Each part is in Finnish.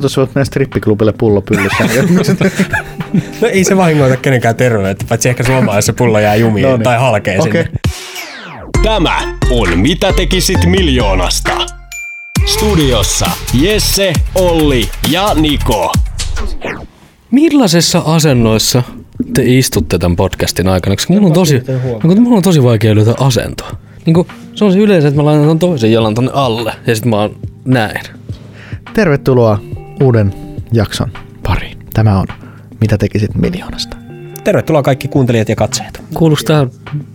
tuossa voit mennä strippiklubille pullopyllyssä. Niin No ei se vahingoita kenenkään terveyttä, paitsi ehkä suomalaisessa pullo jää jumiin No niin. tai halkee okay. Okei. sinne. Okay. Tämä on Mitä tekisit miljoonasta. Studiossa Jesse, Olli ja Niko. Millaisessa asennoissa te istutte tämän podcastin aikana? Koska mulla on tosi, no, mulla on tosi vaikea löytää asentoa. Niin kun, se on se yleensä, että mä laitan ton toisen jalan tonne alle ja sit mä oon näin. Tervetuloa uuden jakson pariin. Tämä on Mitä tekisit miljoonasta? Tervetuloa kaikki kuuntelijat ja katsojat. Kuuluuko tähän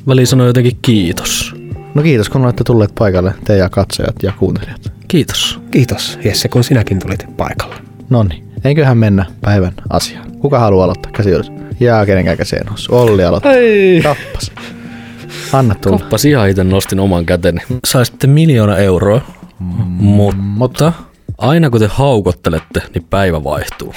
väliin sanoa jotenkin kiitos? No kiitos kun olette tulleet paikalle, te ja katsojat ja kuuntelijat. Kiitos. Kiitos Jesse, kun sinäkin tulit paikalle. Nonni, eiköhän mennä päivän asiaan. Kuka haluaa aloittaa? Käsi ylös. Jaa, kenenkään käsi ei noussut. Olli aloittaa. Ei. Kappas. Anna tulla. Koppas ihan itse nostin oman käteni. Saisitte miljoona euroa, mutta aina kun te haukottelette, niin päivä vaihtuu.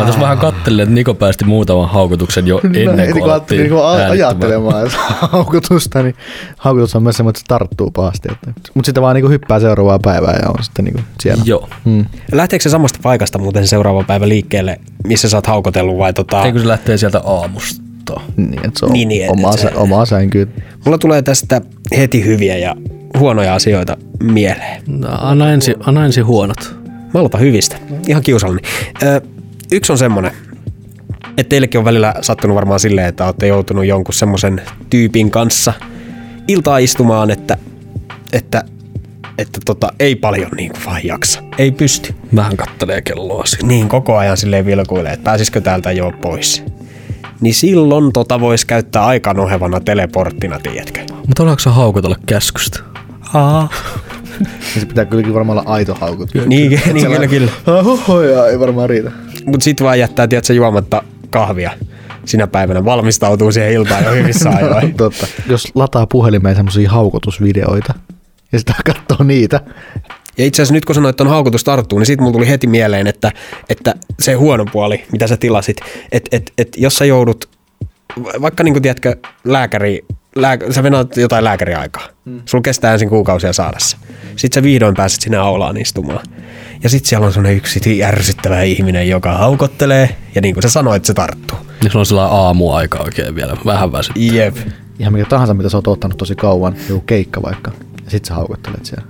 Mä tässä vähän kattelin, että Niko päästi muutaman haukotuksen jo ennen kuin alettiin niin kuin äänittämään. ajattelemaan haukutusta, niin haukutus on myös semmoinen, että se tarttuu pahasti. Mutta sitten vaan niin kuin hyppää seuraavaa päivää ja on sitten niin kuin siellä. Joo. Mm. Lähteekö se samasta paikasta muuten se seuraava päivä liikkeelle, missä sä oot haukotellut vai tota... Ei kun se lähtee sieltä aamusta. Niin, että se on Niin, niin, omaa, että se- sä, omaa sänkyä. Mulla tulee tästä heti hyviä ja huonoja asioita mieleen. No, anna, ensin, anna ensin huonot. Mä aloitan hyvistä. Ihan kiusallinen. Ö, yksi on semmonen, että teillekin on välillä sattunut varmaan silleen, että olette joutunut jonkun semmoisen tyypin kanssa iltaa istumaan, että, että, että tota, ei paljon niin kuin vaan jaksa. Ei pysty. Vähän kattelee kelloa siinä. Niin koko ajan silleen vilkuilee, että pääsisikö täältä jo pois. Niin silloin tota voisi käyttää aikaan ohevana teleporttina, tiedätkö? Mutta ollaanko sä haukotella käskystä? Aa. Ja se pitää kylläkin varmaan olla aito haukut. Niin, niin Siellä- Ah, kyllä, kyllä. Hohoja, ei varmaan riitä. Mut sit vaan jättää, tiedätkö, juomatta kahvia sinä päivänä. Valmistautuu siihen iltaan jo hyvissä ajoin. Totta. Jos lataa puhelimeen semmoisia haukotusvideoita ja sitä katsoo niitä. Ja itse asiassa nyt kun sanoit, että on haukutus tarttuu, niin siitä mulla tuli heti mieleen, että, että se huono puoli, mitä sä tilasit, että et, et, jos sä joudut, va- vaikka niin kuin tiedätkö, lääkäri, lääk, sä venaat jotain lääkäriaikaa, mm. sulla kestää ensin kuukausia saada se. Sitten sä vihdoin pääset sinä aulaan istumaan. Ja sitten siellä on sellainen yksi ärsyttävä ihminen, joka haukottelee, ja niin kuin sä sanoit, se tarttuu. Niin sulla on sellainen aamuaika oikein vielä. Vähän väsy. Jep. Ihan mikä tahansa, mitä sä oot ottanut tosi kauan. Joku keikka vaikka. Ja sit sä haukottelet siellä.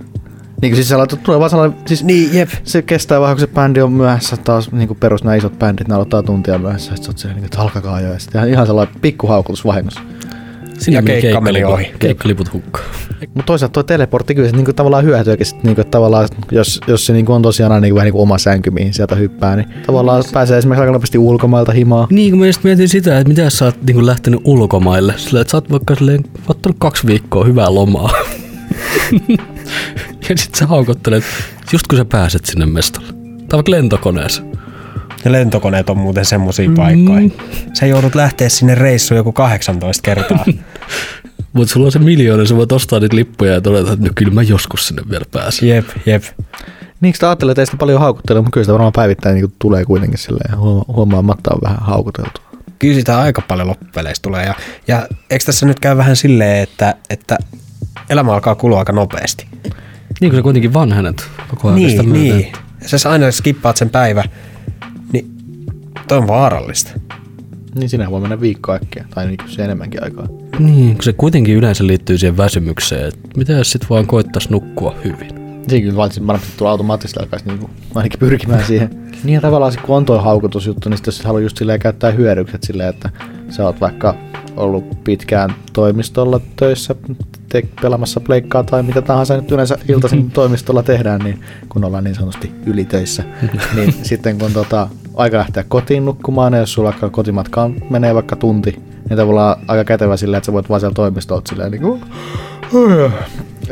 Niin kuin siis sä laitat, tulee vaan sellainen, siis Niin, jep. se kestää vähän, kun se bändi on myöhässä taas, niin kuin perus nämä isot bändit, ne aloittaa tuntia myöhässä, sit sä oot siellä, niin kuin, että alkakaa jo, ja sitten ihan sellainen pikku haukutus vahingossa. Ja keikka meni keikkaliput- ohi. Keikkaliput hukkaan. Mutta toisaalta tuo teleportti kyllä se niinku tavallaan hyötyykin, sit niinku, että tavallaan, jos, jos se niinku on tosiaan aina niinku vähän niinku oma sänky, mihin sieltä hyppää, niin tavallaan pääsee esimerkiksi aika nopeasti ulkomailta himaa. Niin, kun mä just mietin sitä, että mitä sä oot niin lähtenyt ulkomaille. Sillä, että sä oot vaikka silleen, ottanut kaksi viikkoa hyvää lomaa. ja sit sä haukottelet, just kun sä pääset sinne mestalle. Tai vaikka lentokoneessa. Ne lentokoneet on muuten semmosia paikkoja. Sä joudut lähteä sinne reissuun joku 18 kertaa. Mutta sulla on se miljoona, sä voit ostaa niitä lippuja ja todeta, että no kyllä mä joskus sinne vielä pääsen. jep, jep. Niin, sitä ajattelee, että ei sitä paljon haukuttele, mutta kyllä sitä varmaan päivittäin niinku tulee kuitenkin silleen huoma- huomaamatta on vähän haukuteltu. Kyllä sitä aika paljon loppupeleissä tulee. Ja, ja eikö tässä nyt käy vähän silleen, että, että elämä alkaa kulua aika nopeasti? Niin kun sä kuitenkin vanhenet koko ajan sitä Niin, myöten. niin. Sä sä aina skippaat sen päivä, niin toi on vaarallista. Niin sinä voi mennä viikko äkkiä, tai niinku se enemmänkin aikaa. Niin, kun se kuitenkin yleensä liittyy siihen väsymykseen, että mitä jos sit vaan koittaisi nukkua hyvin. Siinä kyllä valitsin varmasti tulla automaattisesti alkaisi niinku, ainakin pyrkimään siihen. niin ja tavallaan sit, kun on tuo haukutusjuttu, niin sit jos sä haluat just silleen käyttää hyödykset silleen, että sä oot vaikka ollut pitkään toimistolla töissä te- pelaamassa pleikkaa tai mitä tahansa nyt yleensä iltaisin toimistolla tehdään, niin kun ollaan niin sanotusti ylitöissä, niin sitten kun tota, aika lähteä kotiin nukkumaan, ja jos sulla vaikka kotimatkaan menee vaikka tunti, niin tavallaan aika kätevä silleen, että sä voit vaan siellä toimistolla olla silleen niin kuin,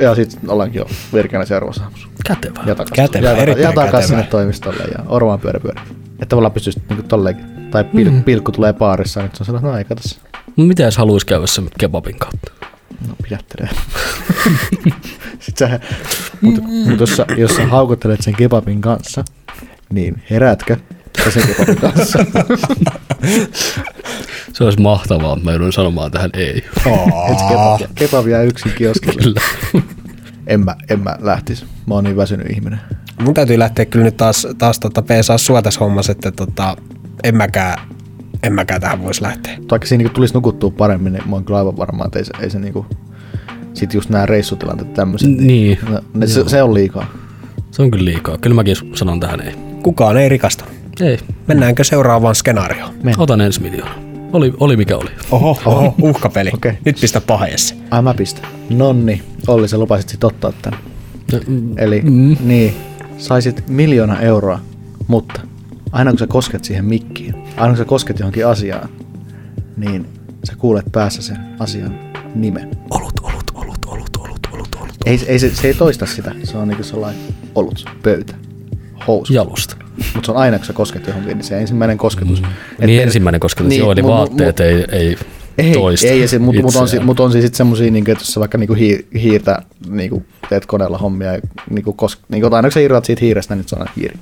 ja sitten ollaankin jo virkänä seuraavassa aamussa. Kätevää. Ja takas, Kätevää, ja, erittäin ja takas kätevää. sinne toimistolle ja orvaan pyörä pyörä. Että tavallaan pystyisi niinku tolleenkin. Tai pil, mm. pilkku tulee baarissa, nyt se on sellainen, no ei kato se. No mitä jos haluaisi käydä sen kebabin kautta? No pidättelee. Sitten sä, mut, mut jos, sä, jos sä haukottelet sen kebabin kanssa, niin heräätkö sä sen kebabin kanssa? Se olisi mahtavaa, mutta mä joudun sanomaan tähän ei. Et kebab, kebab jää yksin kioskille. Kyllä. En mä, en mä lähtis. Mä oon niin väsynyt ihminen. mun täytyy lähteä kyllä nyt taas, taas tota peesaa sua tässä hommassa, että tota, en mäkään, en mäkään tähän voisi lähteä. Vaikka siinä niinku tulisi nukuttua paremmin, niin mä oon kyllä aivan varma, että ei se, ei se niinku... Sit just nämä reissutilanteet tämmöiset. Niin. No, ne, se, se, on liikaa. Se on kyllä liikaa. Kyllä mäkin sanon tähän ei. Kukaan ei rikasta. Ei. Mennäänkö seuraavaan skenaarioon? Mennään. Otan ensi miljoona. Oli, oli mikä oli. Oho, oho uhkapeli. Okei. Nyt pistä paheessa. Ai mä pistän. Nonni, Olli, sä lupasit sit ottaa tän. No, Eli mm. niin, saisit miljoona euroa, mutta aina kun sä kosket siihen mikkiin, aina kun sä kosket johonkin asiaan, niin sä kuulet päässä sen asian nimen. Olut, olut, olut, olut, olut, olut, olut. Ei, ei se, se ei toista sitä, se on niinku sellainen olut, pöytä, housu. Jalosta. Mutta se on aina kun sä kosket johonkin, niin se ensimmäinen kosketus. Mm. Niin ensimmäinen kosketus, niin, joo, eli vaatteet ei, ei, Ei, toista ei, ja mutta mut on, si- itseään. mut on siis sitten semmosia, niinku, että jos sä vaikka niinku hiir, hiirtä niinku, teet koneella hommia, ja niinku, kos, niinku, tai aina kun sä irrotat siitä hiirestä, niin se on aina hiiri.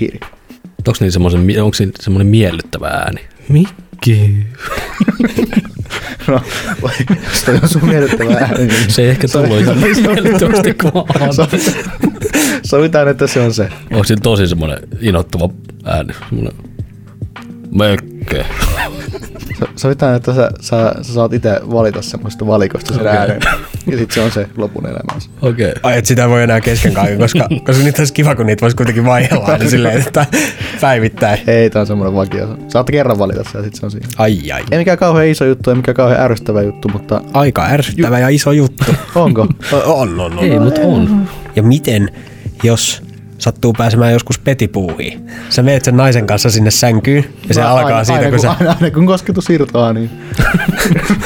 hiiri. Onko niin semmoisen, onko siinä semmoinen miellyttävä ääni? Mikki. No, voi, se on sun miellyttävä ääni. niin Se ei ehkä tullut ihan se- se- miellyttävästi kuvaan. sovitaan- Sovitaan, että se on se. Onko siinä tosi semmoinen inottuva ääni? Semmoinen mökkö. So- Sovitaan, että sä, sä, sä saat itse valita semmoista valikosta sen Okei. äänen. Ja sit se on se lopun elämänsä. Okei. Okay. Ai, et sitä ei voi enää kesken kaiken, koska, koska nyt olisi kiva, kun niitä voisi kuitenkin vaihdella aina silleen, että päivittäin. Ei, tää on semmoinen vakio. Saat kerran valita sen ja sit se on siinä. Ai ai. Ei mikään kauhean iso juttu, ei mikään kauhean ärsyttävä juttu, mutta Aika ärsyttävä ja iso juttu. onko? On, on, on. Ei, mutta on. Ja miten, jos sattuu pääsemään joskus petipuuhiin? Sä meet sen naisen kanssa sinne sänkyyn ja se Mä- alkaa siitä, aina, kun sä... Aina, aina kun kosketus irtoaa, niin...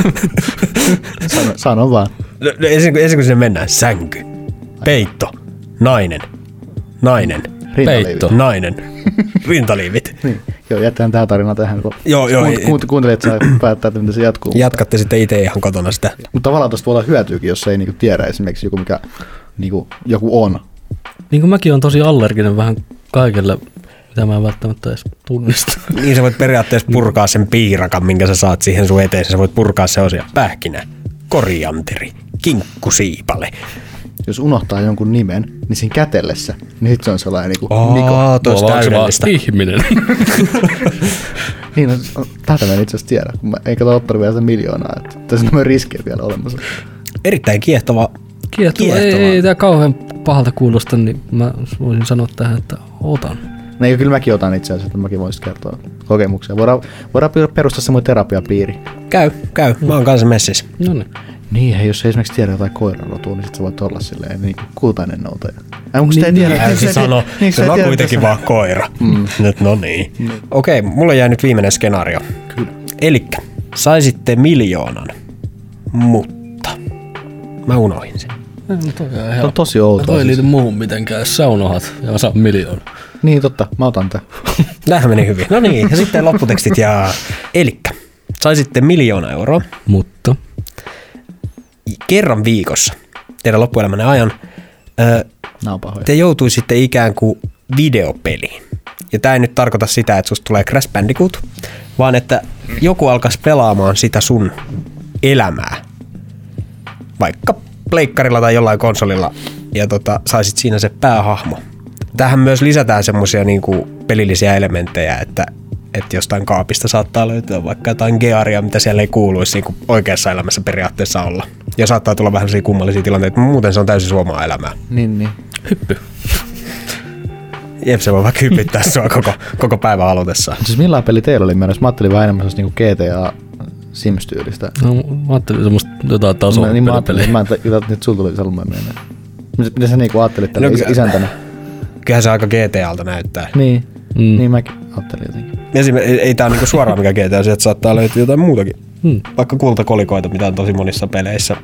sano, sano vaan. No, no, ensin, kun- ensin kun sinne mennään, sänky, peitto, nainen, nainen, Rinnaliivi. Peitto. nainen, rintaliivit. Niin. Joo, jätetään tää tarina tähän. Joo, joo, Kuunt, ei- kuunt, kuuntelijat saa päättää, että miten se jatkuu. Jatkatte sitten itse ihan kotona sitä. Mutta tavallaan tosta voi olla hyötyäkin, jos ei niinku tiedä esimerkiksi joku, mikä niinku, joku on. Niin kuin mäkin on tosi allerginen vähän kaikelle, mitä mä en välttämättä edes tunnista. Niin sä voit periaatteessa purkaa sen piirakan, minkä sä saat siihen sun eteen. Sä voit purkaa se osia. Pähkinä, korianteri, kinkkusiipale. Jos unohtaa jonkun nimen, niin siinä kätellessä, niin sit se on sellainen niinku, oh. Niko. Aa, tois Mulla on se täydellistä. vaan ihminen. Niin, no, tätä mä en itse asiassa tiedä, kun mä eikä ole ottanut vielä sitä miljoonaa. Että tässä on riskejä vielä olemassa. Erittäin kiehtova. Kiehtova. Ei, ei, ei tämä kauhean pahalta kuulosta, niin mä voisin sanoa tähän, että otan. No ei, kyllä mäkin otan itse asiassa, että mäkin voisin kertoa kokemuksia. Voidaan, voidaan perustaa semmoinen terapiapiiri. Käy, käy. Mä oon kanssa messissä. No niin. Niin, hei, jos ei esimerkiksi tiedä jotain koiranotua, niin sit sä voit olla silleen niin kuin kultainen noutaja. Ai, onko niin, tiedä? Älä sä se ei sano, tiedä- niin, sä ei se on tiedä, kuitenkin mitä vaan koira. Mm. Nyt no niin. Okei, mulla jäi nyt viimeinen skenaario. Kyllä. Elikkä, saisitte miljoonan, mutta mä unohin sen. sä- Toi on tosi outoa. Toi ei Siis. liity muuhun mitenkään, sä unohat ja mä saan miljoona. Niin, totta, mä otan tän. Tämähän meni hyvin. No niin, ja sitten lopputekstit ja... Elikkä, saisitte miljoona euroa Mutta kerran viikossa teidän loppuelämänne ajan. Ö, Nää on pahoja. te joutuisitte ikään kuin videopeliin. Ja tämä ei nyt tarkoita sitä, että susta tulee Crash Bandicoot, vaan että joku alkaisi pelaamaan sitä sun elämää. Vaikka pleikkarilla tai jollain konsolilla. Ja tota, saisit siinä se päähahmo. Tähän myös lisätään semmoisia niinku pelillisiä elementtejä, että että jostain kaapista saattaa löytyä vaikka jotain gearia, mitä siellä ei kuuluisi niin oikeassa elämässä periaatteessa olla. Ja saattaa tulla vähän sellaisia kummallisia tilanteita, mutta muuten se on täysin suomaa elämää. Niin, niin. hyppy. Jep, se voi vaikka hypyttää sua koko, koko päivän alutessaan. Siis millainen peli teillä oli mennessä? Mä ajattelin vähän enemmän sellaista niinku GTA Sims-tyylistä. No, mä ajattelin semmoista jotain tasoa mä, niin mä ajattelin, että mä ajattelin, että nyt sulla tuli sellainen mieleen. Mitä- Mitä sä niinku ajattelit tällä No, no, kyllä. isäntänä? Kyllähän se aika GTAlta näyttää. Niin, mm. niin mäkin ajattelin jotenkin. Esim, ei, ei tää on niinku suoraan mikä GTA, sieltä saattaa löytyä jotain muutakin. Hmm. Vaikka kultakolikoita, mitä on tosi monissa peleissä.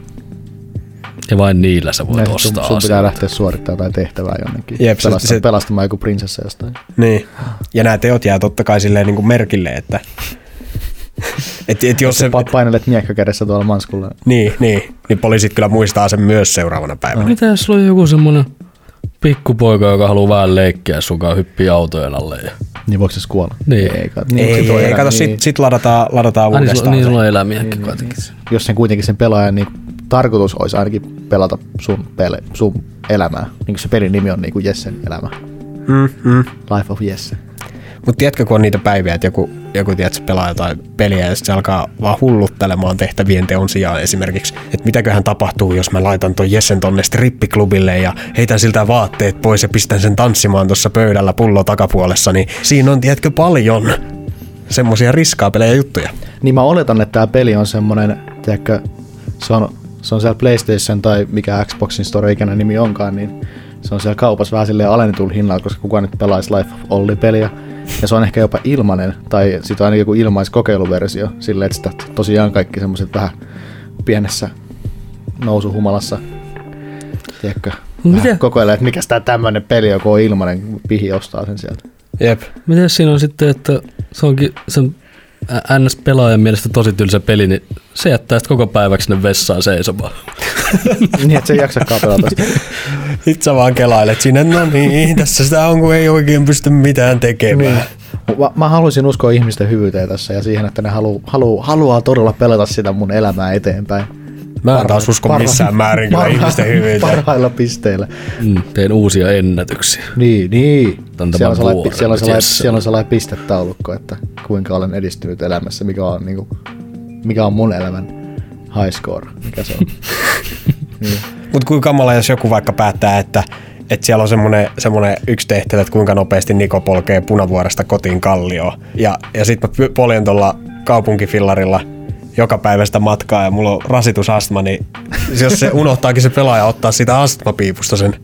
Ja vain niillä sä voit Näin, sun, ostaa sun pitää asioita. lähteä suorittamaan jotain tehtävää jonnekin. Jep, se- Pelasta, se- Pelastamaan joku prinsessa jostain. Niin. Ja nämä teot jää totta kai silleen niinku merkille, että... Et, et jos se... Pa- painelet miekkakädessä tuolla manskulla. Niin, niin, niin poliisit kyllä muistaa sen myös seuraavana päivänä. Mitä jos sulla on joku semmonen pikkupoika, joka haluaa vähän leikkiä sunkaan hyppiä autojen alle ja... Niin voiko se kuolla? Niin. kai- Ei, onko se ei, toi ei, elä- kato, niin. sit, sit ladataan, ladataan Ah, niin, uudestaan. sulla, niin se. sulla on elämiäkin kuitenkin. Jos sen kuitenkin sen pelaajan niin tarkoitus olisi ainakin pelata sun, pele, sun elämää. Niin kuin se pelin nimi on niin kuin Jessen elämä. Mm, mm. Life of Jesse. Mutta tiedätkö, kun on niitä päiviä, että joku, joku tiedätkö, pelaa jotain peliä ja sitten se alkaa vaan hulluttelemaan tehtävien teon sijaan esimerkiksi, että mitäköhän tapahtuu, jos mä laitan ton Jessen tonne strippiklubille ja heitän siltä vaatteet pois ja pistän sen tanssimaan tuossa pöydällä pullo takapuolessa, niin siinä on, tiedätkö, paljon semmoisia riskaa pelejä juttuja. Niin mä oletan, että tämä peli on semmonen, tiedätkö, se on, se on siellä PlayStation tai mikä Xboxin Store ikinä nimi onkaan, niin se on siellä kaupassa vähän silleen alennetulla hinnalla, koska kukaan nyt pelaisi Life of Olli-peliä. Ja se on ehkä jopa ilmanen, tai sitten ainakin joku ilmaiskokeiluversio, silleen, että sitä tosiaan kaikki semmoiset vähän pienessä nousuhumalassa, tiedätkö, Mitä? vähän kokoilee, että mikä tämä tämmöinen peli, joku on ilmanen, kun pihi ostaa sen sieltä. Jep. Miten siinä on sitten, että se onkin sen NS-pelaajan mielestä tosi tylsä peli, niin se jättää sitten koko päiväksi sinne vessaan seisomaan. niin, että se ei jaksakaan pelata sitä. Sitten sä vaan kelailet siinä, no niin, tässä sitä on, kun ei oikein pysty mitään tekemään. Niin. Mä, mä haluaisin uskoa ihmisten hyvyyteen tässä ja siihen, että ne halu, halu, haluaa todella pelata sitä mun elämää eteenpäin. Mä en taas usko Parha- missään määrin kyllä parha- ihmisten hyvyyteen. Parhailla pisteillä. Mm, tein uusia ennätyksiä. Niin, niin. Tämän Siellä on, tämän sellainen, vuoren siellä, on sellainen, Jesse. siellä on sellainen pistetaulukko, että kuinka olen edistynyt elämässä, mikä on, niin kuin, mikä on mun elämän high score. Mikä se on? Mutta kuinka kamala, jos joku vaikka päättää, että, että siellä on semmoinen, semmoinen yksi tehtävä, että kuinka nopeasti Niko polkee punavuoresta kotiin kallioon. Ja, ja sitten mä py- poljen tuolla kaupunkifillarilla joka päivästä matkaa ja mulla on rasitusastma, niin jos se unohtaakin se pelaaja ottaa siitä astmapiipusta sen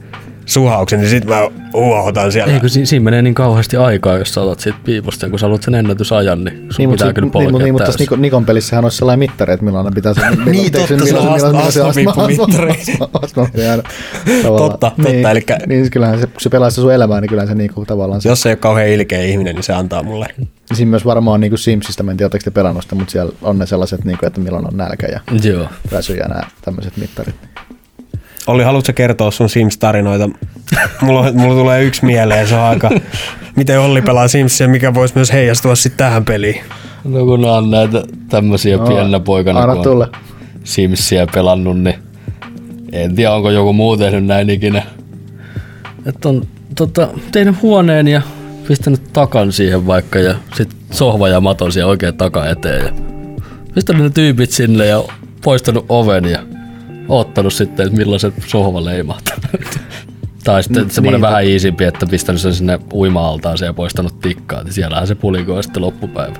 suhauksen, niin sit mä uohotan siellä. Ei kun si- siinä menee niin kauheasti aikaa, jos sä otat siitä piipusta, ja kun sä haluat sen ennätysajan, niin sun niin, mut pitää se- kyllä niin, polkea mut- niin, niin, mutta tässä Nikon, Nikon pelissähän olisi sellainen mittari, että milloin ne pitää sen... milloin- Niin, teikö totta, milloin- se on milloin- asta- milloin se astmapiippumittari. astma- astma- astma- aina tavallaan. Totta, totta, Niin, elikkä- Niin, kyllähän se, kun se pelaa sitä sun elämää, niin kyllähän se niinku tavallaan se Jos ei ole kauhean ilkeä ihminen, niin se antaa mulle. Ja Siinä myös varmaan niin kuin Simsistä, mä en tiedä, oletteko te pelannut sitä, mutta siellä on ne sellaiset, niin kuin, että milloin on nälkä ja Joo. väsy ja nämä tämmöiset mittarit. Olli, haluatko sä kertoa sun Sims-tarinoita? Mulla, on- mulla tulee yksi mieleen, se on aika... Miten Olli pelaa Simsia, mikä voisi myös heijastua sitten tähän peliin? No kun on näitä tämmöisiä no, pienenä poikana, Anna kun tulla. on Simsiä pelannut, niin en tiedä onko joku muu tehnyt näin ikinä. Että on tota, tehnyt huoneen ja pistänyt takan siihen vaikka ja sit sohva ja maton siihen oikein taka eteen ja pistänyt ne tyypit sinne ja poistanut oven ja ottanut sitten, että milloin se sohva leimahtaa. tai sitten semmoinen niin. vähän iisimpi, että pistänyt sen sinne uima-altaaseen ja poistanut tikkaa, niin siellähän se pulikoi sitten loppupäivä.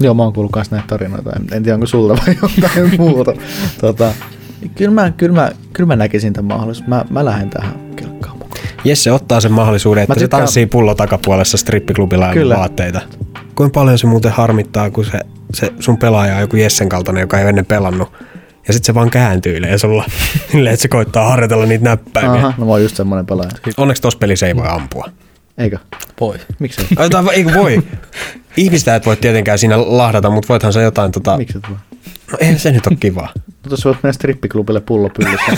Joo, mä oon kuullut kans näitä tarinoita. En, en tiedä, onko sulta vai jotain muuta. Tota, kyllä, mä, kyllä, mä, kyllä mä näkisin tämän mahdollisuuden. Mä, mä lähden tähän kelkkaan mukaan. Jesse ottaa sen mahdollisuuden, että Mä se tykkään- tanssii pullo takapuolessa strippiklubilla ja Kyllä. vaatteita. Kuinka paljon se muuten harmittaa, kun se, se sun pelaaja on joku Jessen kaltainen, joka ei ole ennen pelannut. Ja sitten se vaan kääntyilee sulla, silleen, että se koittaa harjoitella niitä näppäimiä. Aha, no mä oon just semmonen pelaaja. Onneksi tossa pelissä ei voi ampua. Eikö? Voi. Miksei? Ai, jotain- Ei kun voi. Ihmistä et voi tietenkään siinä lahdata, mutta voithan sä jotain tota... Miksi se tulee? No eihän se nyt ole kivaa. No tuossa voit mennä strippiklubille pullo pyllyssä.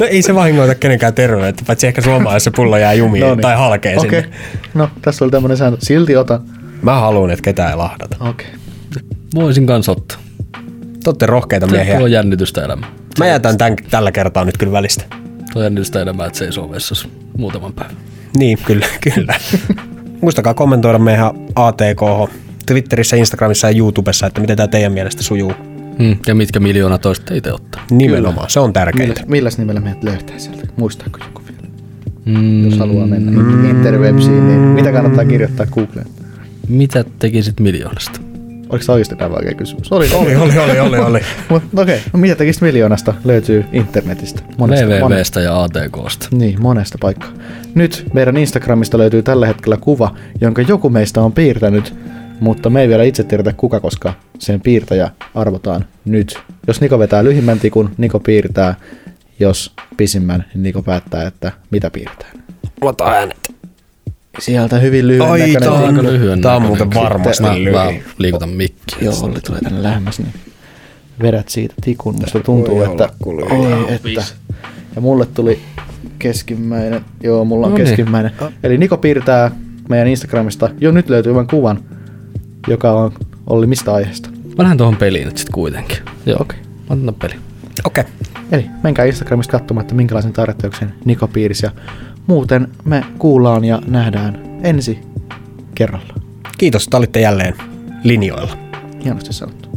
No ei se vahingoita kenenkään terveyttä, paitsi ehkä suomalainen, jos se pullo jää jumiin no niin. tai halkee okay. Okei. sinne. No, tässä oli tämmönen sääntö. Silti ota. Mä haluan, että ketään ei lahdata. Okei. Okay. Voisin kans ottaa. Te ootte rohkeita miehiä. Tuo on jännitystä elämä. Mä jätän tän, tällä kertaa nyt kyllä välistä. Tuo on jännitystä elämää, että seisoo vessassa muutaman päivän. Niin, kyllä, kyllä. Muistakaa kommentoida meidän ATK Twitterissä, Instagramissa ja YouTubessa, että miten tämä teidän mielestä sujuu. Mm. Ja mitkä miljoona toista teitä ottaa? Nimenomaan, kyllä. se on tärkeintä. Milläs, milläs nimellä meidät löytää sieltä? Muistaako joku vielä? Mm. Jos haluaa mennä mm. interwebsiin, niin mitä kannattaa kirjoittaa Googleen? Mitä tekisit miljoonasta? Oliko se oikeasti tämä vaikea kysymys? Oli, oli. Oli, oli, oli, oli, oli. Mut, okei, no mitä tekisit miljoonasta löytyy internetistä? monesta, VVVstä ja Mm. ATKsta. niin, monesta paikkaa. Nyt meidän Instagramista löytyy tällä hetkellä kuva, jonka joku meistä on piirtänyt, mutta me ei vielä itse tiedetä kuka, koska sen piirtäjä arvotaan nyt. Jos Niko vetää lyhimmän tikun, Niko piirtää. Jos pisimmän, niin Niko päättää, että mitä piirtää. Lata äänet. Sieltä hyvin lyhyen Ai, tää näköinen. aika on, lyhyen tää on näköinen. muuten varmasti Mä, lyhyt. mä liikutan mikkiä. Joo, Olli tulee tänne lähemmäs, niin vedät siitä tikun. Musta tuntuu, voi että... olla kuluja. Oi, että... Ja mulle tuli keskimmäinen. Joo, mulla on No niin. keskimmäinen. Eli Niko piirtää meidän Instagramista jo nyt löytyvän kuvan, joka on Olli mistä aiheesta. Mä lähden tuohon peliin nyt sit kuitenkin. Joo, okei. Okay. Mä otan tän peli. Okei. Okay. Eli menkää Instagramista katsomaan, että minkälaisen tarjouksen Niko piirsi. Ja muuten me kuullaan ja nähdään ensi kerralla. Kiitos, että olitte jälleen linjoilla. Hienosti sanottu.